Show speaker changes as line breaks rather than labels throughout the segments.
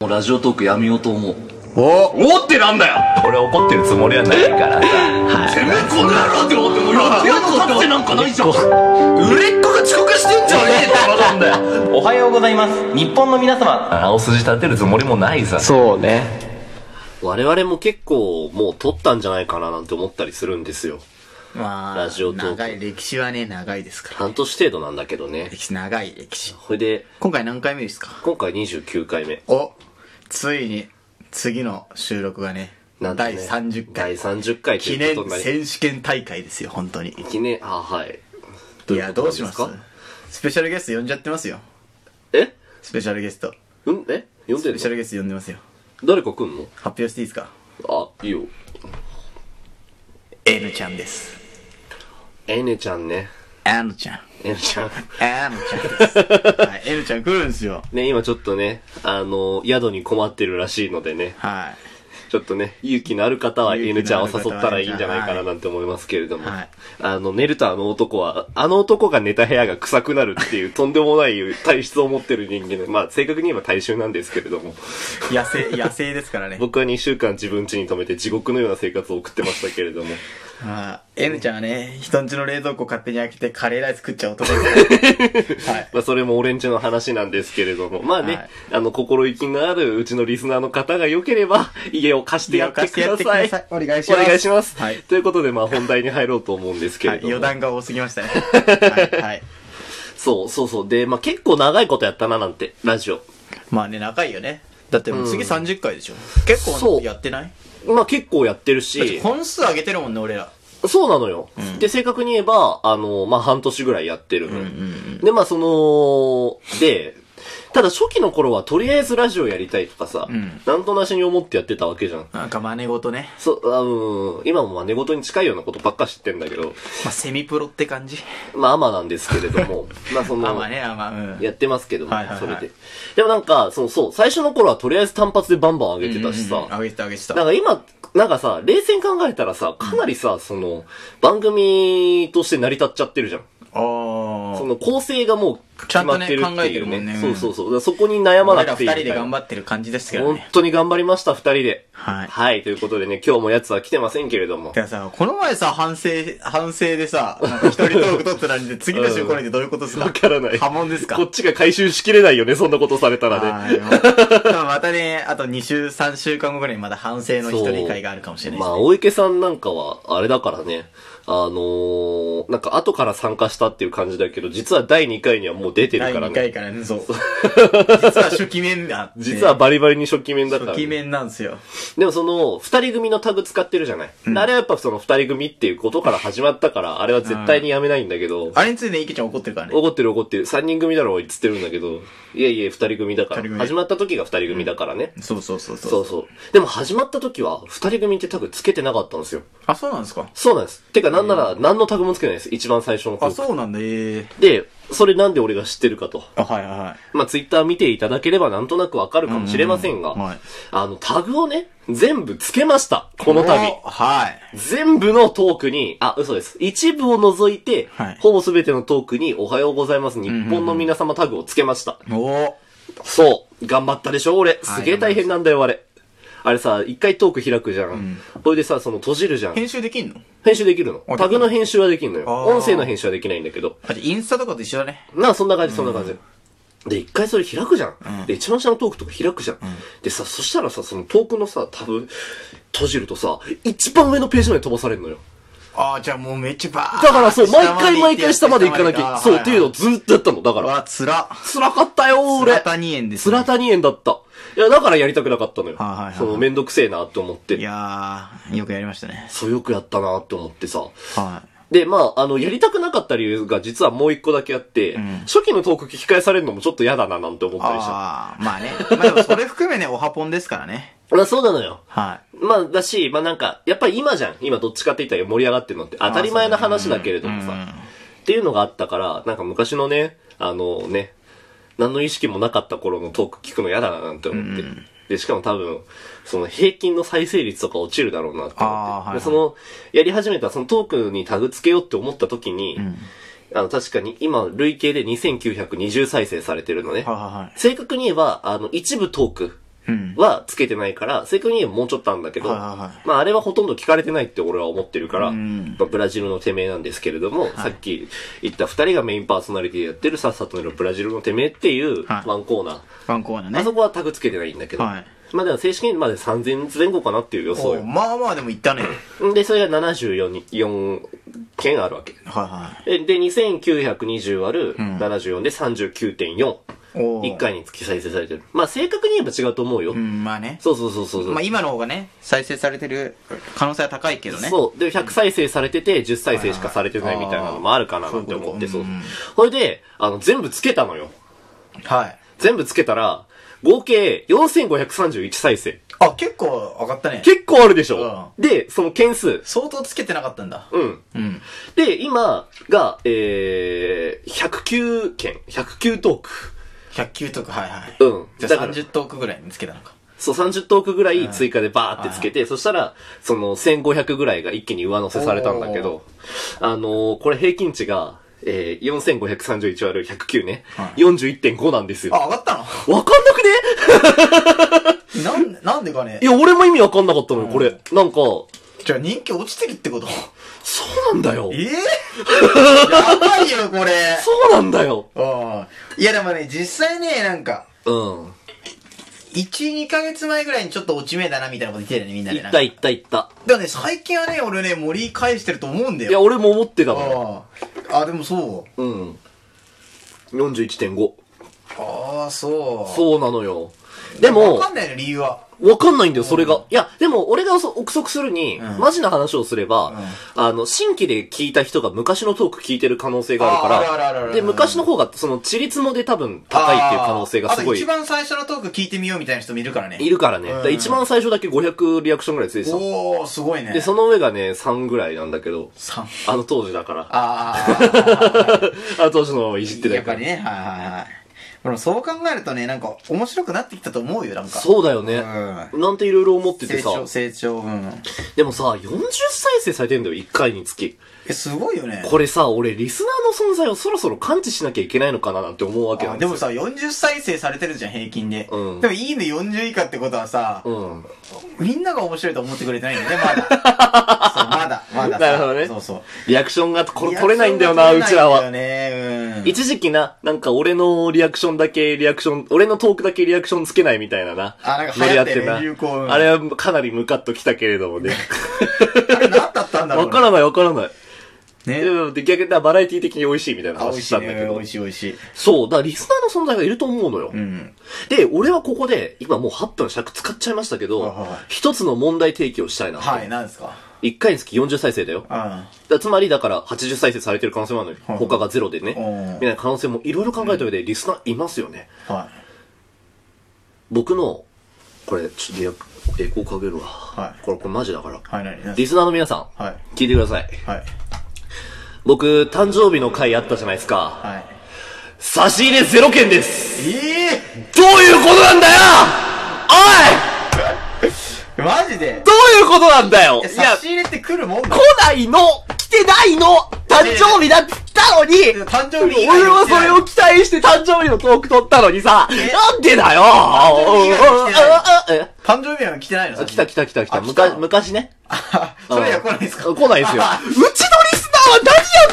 もうラジオトークやめようと思う。
お
おってなんだよ
俺怒ってるつもりはないからさ。
てめえこの野郎って思っても、やってやったってなんかないじゃん。売れっ子が遅刻してんじゃねえってバカなんだよ。
おはようございます。日本の皆様。青筋立てるつもりもないさ。
そうね。
我々も結構もう撮ったんじゃないかななんて思ったりするんですよ。
まあ、
ラジオトーク
長い、歴史はね、長いですから。
半年程度なんだけどね。
歴史、長い歴史。
それで、
今回何回目ですか
今回29回目。
おついに、次の収録がね、
なんとね
第30
第
回。
30回と
記
いう
念
ことになり
選手権大会ですよ、本当に。
記念、あ、はい。
い
いう
や、
こと
ど
な
うんし
で
ますす
か
スペシャルゲスト呼んじゃってますよ。
え
スペシャルゲスト。
うんえ呼んで
ス
る
ペシャ
の
ルゲスト呼んでますよ。
誰か来んの
発表していいですか
あ、いいよ。
?N ちゃんです。
えねちゃんね。
N ちゃん。
えねちゃん。
N ちゃ んです。はい、N ちゃん来るんですよ。
ね、今ちょっとね、あの、宿に困ってるらしいのでね、
は
ちょっとね、勇気のある方は
勇
N
気
ちゃん
のあ
を
る方は
誘ったらいいんじゃないかな
はい
なんて思いますけれども、
はい
あの、寝るとあの男は、あの男が寝た部屋が臭くなるっていうと んでもない体質を持ってる人間で、まあ正確に言えば大衆なんですけれども、
い。野生、野生ですからね。
僕は2週間自分家に泊めて地獄のような生活を送ってましたけれ ども、
まあ、N ちゃんはね、人んちの冷蔵庫勝手に開けてカレーライス食っちゃう男で すからはい。
まあそれも俺んちの話なんですけれども、まあね、
はい
あの、心意気のあるうちのリスナーの方が良ければ、家を貸してやってください。
お願いし
お
ます。
願いします。
はい。
ということで、まあ本題に入ろうと思うんですけ
は
れ
い、
ども。
余談が多すぎまし たね。はい、はい。
そうそうそう。で、まあ結構長いことやったななんて、ラジオ。
まあね、長いよね。だってもう次30回でしょ。結
そ
構
う
やってない
まあ結構やってる
だって
し、
本数上げてるもんね、俺ら。
そうなのよ。で、正確に言えば、あの、まあ半年ぐらいやってるのよ。で、まあその、で、ただ初期の頃はとりあえずラジオやりたいとかさ、
ん
なんとなしに思ってやってたわけじゃん。
なんか真似事 ね。
そう、あうん、今もまあ寝言に近いようなことばっか知ってんだけど、
まあ、セミプロって感じ。
まあアマなんですけれど も、まあそ
ま
の、
あまあね、まあまあ、うん。
やってますけども、
はいはいはい
それで。でもなんか、そのそう、最初の頃はとりあえず単発でバンバン上げてたしさ、
うんうんうん上げてた上げてた。
なんか今、なんかさ、冷静に考えたらさ、かなりさ、その、番組として成り立っちゃってるじゃん。
あー
その構成がもう決まってるっていう、ね。
ちゃんとね考えてるもんねうん
そうそうそう。だからそこに悩まな
俺ら
くて
二
いい
人で頑張ってる感じですけど
本
ね。
当に頑張りました、二人で。
はい。
はい、ということでね、今日も奴は来てませんけれども
て。かさ、この前さ、反省、反省でさ、なんか一人トーク取ってたのに、次の週来ないってどういうことですか
わからない。
波紋ですか
こっちが回収しきれないよね、そんなことされたらね。
はいまあまたね、あと2週、3週間後ぐらいにまだ反省の一人会があるかもしれない
ま
です
あ、
ね。
大池さんなんかは、あれだからね、あのー、なんか後から参加したっていう感じだけど、実は第2回にはもう出てる
第
から
2
ね。
回からね、そう。 実は初期面だって。
実はバリバリに初期面だった、
初期面なんですよ。
でもその、二人組のタグ使ってるじゃない。あれはやっぱその二人組っていうことから始まったから、あれは絶対にやめないんだけど、
あれについてね、池ちゃん怒ってるからね。
怒ってる怒ってる、三人組だろ、おいっつってるんだけど、いやいや、二人組だか
二
ら。
人組
始まった時が二人組だからね。
そうそうそうそ。
そううそう。でも始まった時は、二人組ってタグつけてなかったんですよ。
あ、そうなんですか
そうなんです。てか、なんなら、何のタグもつけないです。一番最初の方。
あ、そうなんだ、ええ。
で、それなんで俺が知ってるかと。
あ、はいはいはい。
まあ、ツイッター見ていただければなんとなくわかるかもしれませんが、
うんうんうんはい
あの、タグをね、全部つけました。この度。
おはい。
全部のトークに、あ、嘘です。一部を除いて、
はい
ほぼ全てのトークに、おはようございます。日本の皆様タグをつけました。
お
そう。頑張ったでしょ俺。
はい
すげえ大変なんだよ、あれ。あれさ、一回トーク開くじゃん。これでさ、その閉じるじゃん。
編集できんの
編集できるの。
あ
タグの編集はできるのよ。
あー
音声の編集はできないんだけど。
あ、じゃあインスタとかと一緒だね。
なあ、そんな感じ、そんな感じ。で、一回それ開くじゃん。で、一番下のトークとか開くじゃん。でさ、そしたらさ、そのトークのさ、タブ、閉じるとさ、一番上のページまで飛ばされるのよ。
ああ、じゃあもうめっちゃバー
だからそう、毎回毎回下まで行かなきゃ。そう、っていうのを
う
ずーっとやったの。だから。
わ、つら。
辛かったよ、俺。
つらたにえんです
つ
ね
らたにえんだった。いや、だからやりたくなかったのよ。
はいはいはい
その、めんどくせえなって思っ
い
て。
やー、よくやりましたね。
そう、よくやったなって思ってさ。
はい。
で、まあ、あの、やりたくなかった理由が実はもう一個だけあって、初期のトーク聞き返されるのもちょっと嫌だななんて思ったりした。
ああ、まあね。まあでもそれ含めね、オハポンですからね。
まあ、そうなのよ。
はい。
まあ、だし、まあなんか、やっぱり今じゃん。今どっちかって言ったら盛り上がってるのって当たり前の話だけれどもさ。っていうのがあったから、なんか昔のね、あのね、何の意識もなかった頃のトーク聞くの嫌だななんて思って。で、しかも多分、その平均の再生率とか落ちるだろうなって思って。
あーはいはい
でその、やり始めたそのトークにタグつけようって思った時に、あの確かに今累計で2920再生されてるのね。
はいはいはい。
正確に言えば、あの、一部トーク
うん。
はつけてないから、正確にはもうちょっとあるんだけど、
はいはいは
まああれはほとんど聞かれてないって俺は思ってるから、
うん
まあ、ブラジルのてめえなんですけれども、さっき言った二人がメインパーソナリティでやってるさっさと寝ろブラジルのてめえっていう
はい
ワンコーナー。
ワンコーナーね。
あそこはタグつけてないんだけど、
はい
まあでも正式にまで3000前後かなっていう予想
おう
よ。
まあまあでも行ったね。
で、それが74に4件あるわけ。
は
えで、2920割る
ん
74で39.4。
いはい。おう
1。回につき再生されてる。まあ正確に言えば違うと思うよ。
うん、まあね。
そうそうそうそうそう。
まあ今の方がね、再生されてる可能性は高いけどね。
そう。で、100再生されてて、10再生しかされてないみたいなのもあるかななんて思って、
そ
そう
いう
う
こと。
それで、あの、全部つけたのよ。
はい。
全部つけたら、合計4531再生。
あ、結構上がったね。
結構あるでしょ、で、その件数。
相当つけてなかったんだ。
うん。
うん。
で、今が、えー、109件。109トーク。
100球とか、はいはい。
うん
じゃ
だ
あ
から
30トークぐらいにつけたのか。
そう、30トークぐらい追加でバーってつけて、そしたら、その、1500ぐらいが一気に上乗せされたんだけど、あのーこれ平均値が、えー、4531割る109ね、41.5なんですよ。
あ、上がったの
わかんなくね
なん、なんでかね
い。や、俺も意味わかんなかったのよ、これ。なんか、
じゃあ人気落ちてるって こと
そうなんだよ。
ええやばいよ、これ。
そうなんだよ。
うん。いや、でもね、実際ね、なんか、
うん。
1、2ヶ月前ぐらいにちょっと落ち目だな、みたいなこと言ってたよね、みんなで
い
な
っ
んか。
たいったいった。
だからね、最近はね、俺ね、森返してると思うんだよ。
いや、俺も思ってたのよ。
あああ、でもそう。
うん。41.5。
ああ、そう。
そうなのよ。でも
わか、んないの、理由は。
わかんないんだよ、それが。いや、でも、俺がそ憶測するに、
うん
マジな話をすれば、あの、新規で聞いた人が昔のトーク聞いてる可能性がある
ああるあるある
か
ある
ら、で、昔の方が、その、地立もで多分、高いっていう可能性がすご
あーあと一
い、
番最初のトーク聞いてみようみたいな人もいるからね。
いるからね。だから一番最初だけ500リアクションぐらいついてたの。
おー、すごいね。
で、その上がね、3ぐらいなんだけど、
さん
あの当時だから。
あ ー
あの当時のいじって
や
た
っぱ
から。
りね、はいはいはい。でもそう考えるとね、なんか面白くなってきたと思うよ、なんか。
そうだよね。
う
なんていろいろ思ってて
成
さ。
長、成長、うん。
でもさ、40再生されてんだよ、1回につき。
え、すごいよね。
これさ、俺、リスナーの存在をそろそろ感知しなきゃいけないのかななんて思うわけな
あ
ん
で
です
も
よ。
さ、40再生されてるじゃん、平均で。
うん
でも、いいね40以下ってことはさ、
うん。
みんなが面白いと思ってくれてないんだよね、 まだ。そう、まだ、まださ。
なるほどね
そうそう。
リアクションがこれ取れないんだよな、
リ
う
アク
ち
ショ
ら
ンが
は
取。れないんだよね、うん。
一時期な、なんか俺のリアクションだけリアクション、俺のトークだけリアクションつけないみたいなな。
あなんか
ノリ
流
や
行
っ
ってね
てんな
流行うん
あれはかなりムカッときたけれどもね。
あれ何だったんだろ
わ
うね
からないわからない。
ね
でも逆になバラエティ的に美味しいみたいな
あ美
話
味
し
したい
んだけ
ね、美
ど
味。しい美味しい。
そう、だからリスナーの存在がいると思うのよ。
うん。
で、俺はここで、今もう8分尺使っちゃいましたけ
はい
ど
はいはい、
一つの問題提起をしたいな。
はい、なんですか
1回につき40再生だよ。
う
だつまりだから80再生されてる可能性もあるの
は
に、
い
他がゼロでね
うん、
みたいな可能性もいろいろ考えた上でリスナーいますよね。
ん。はい。
僕の、これ、ちょっとリアクエコーかけるわ。
い
これ、これマジだから。
はい、何何
リスナーの皆さん、
はい。
聞いてください。
はい。
僕、誕生日の回あったじゃないですか。
はい。
差し入れゼロ件です
え
どういうことなんだよおい
えマジで
どういうことなんだよ
え
い
差
や、
し入れって来るもん
来ないの来てないの誕生日だって言ったのに
誕生日以外
俺
に
は
来て
そ
ない
れを期待して誕生日のトーク撮ったのにさ、なんでだよ
生日以外に来てない
え
誕生日は来てないの
来た来た来た来た。
あ来た
昔、昔ね。
あそれや来ないですか
来ない ですよ。うちのリスナーは何や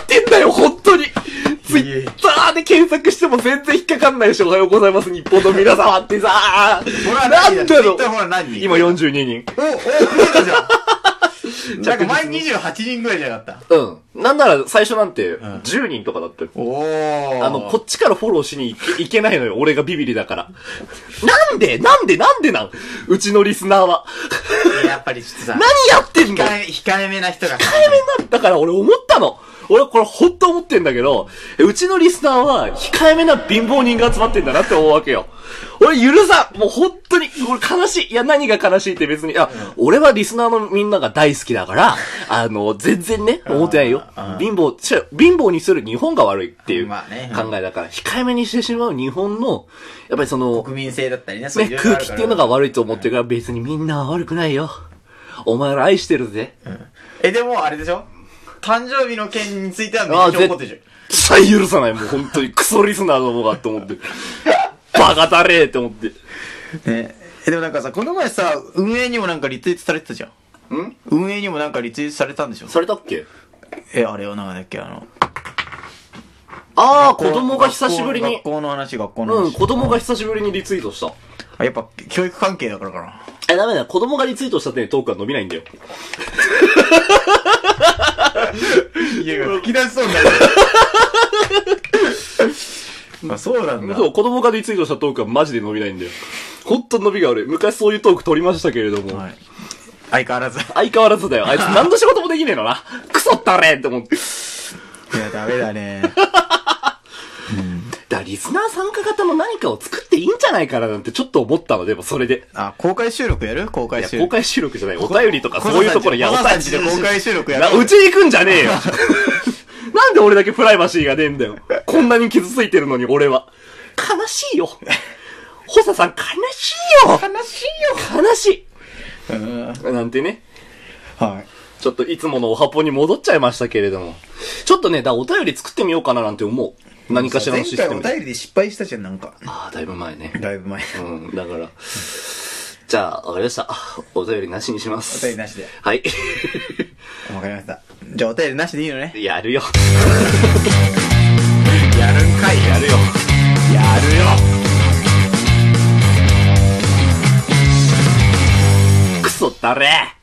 ってんだよ、本当にツイッターで検索しても全然引っかかんないでしょ、おはようございます、日本の皆様ってさ。
ら
なんだろう
ツイッターほら何
今42人。
お、お、増えた じゃん。なんか前28人ぐらいじゃなかった。
うん。なんなら最初なんて10人とかだったよ。
おー。
あの、こっちからフォローしに行けいけないのよ。俺がビビリだから。なんでなんでなんでなんうちのリスナーは。
やっぱりちょっとさ
何、やってんの
控え、控えめな人が。控
ダメなんだから俺思ったの。俺はこれほんと思ってんだけど、うちのリスナーは控えめな貧乏人が集まってんだなって思うわけよ。俺許さんもう本当に、俺悲しい。いや何が悲しいって別に、いや、俺はリスナーのみんなが大好きだから、あの、全然ね、思ってないよ。貧乏、しか貧乏にする日本が悪いっていう考
まあね
えだから、控えめにしてしまう日本の、やっぱりその、
国民性だったりね、そうい
ね
う、色
空
々ある
気
か
っ
ら
ていうのが悪いと思ってるから別にみんなは悪くないよ。お前ら愛してるぜ。
え、でも、あれでしょ誕生日の件についてはめ
あ
っ
あ
ちゃ怒ってるでし
絶対許さない、もう本当にクソリスナーどもがって思って。バカだれーって思って。
ょ。ね。え、でもなんかさ、この前さ、運営にもなんかリツイートされてたじゃん。
ん
運営にもなんかリツイートされたんでしょ
されたっけ
え、あれはなんだっけ、あの。
ああ、子供が久しぶりに
学。校の話、学校の話。
うん、子供が久しぶりにリツイートした。
あやっぱ、教育関係だからかな。
え、ダメだ、子供がリツイートしたってねトークは伸びないんだよ。
いや、吹き出しそうになる。 あ、そうなんだ。
そう、子供がリツイートしたトークはマジで伸びないんだよ。ほんと伸びが悪い。昔そういうトーク取りましたけれども。
はい。相変わらず。
相変わらずだよ。 あいつ何の仕事もできねえのな。クソったれって思って。
いや、ダメだね。
だからリスナー参加型も何かを作っていいんじゃないかななんてちょっと思ったの、でもそれで。
あ、公開収録やる公
い
開
や、
収
公
録。
開収録じゃない。お便りとかそういうところ、いや、お
小
便
田
り
さんちで公開収録や
な
ろう
うち行くんじゃねえよ。 なんで俺だけプライバシーがねえんだよ。こんなに傷ついてるのに俺は。悲しいよ。ホサさん悲しいよ
悲し
悲し
いよ。うん
いなんてね。
はい。
ちょっといつものおはぽに戻っちゃいましたけれども。ちょっとね、だからお便り作ってみようかななんて思う。何かしらの
前
シス
回
テ
お
ム。
便りで失敗したじゃん、なんか。
ああ、だいぶ前ね。
だいぶ前。
うん、だから。じゃあ、わかりました。お便りなしにします。
お便りなしで。
はい。
わかりました。じゃあお便りなしでいいのね。
やるよ。
やるんかい。
やるよ。
やるよ。
クソだれ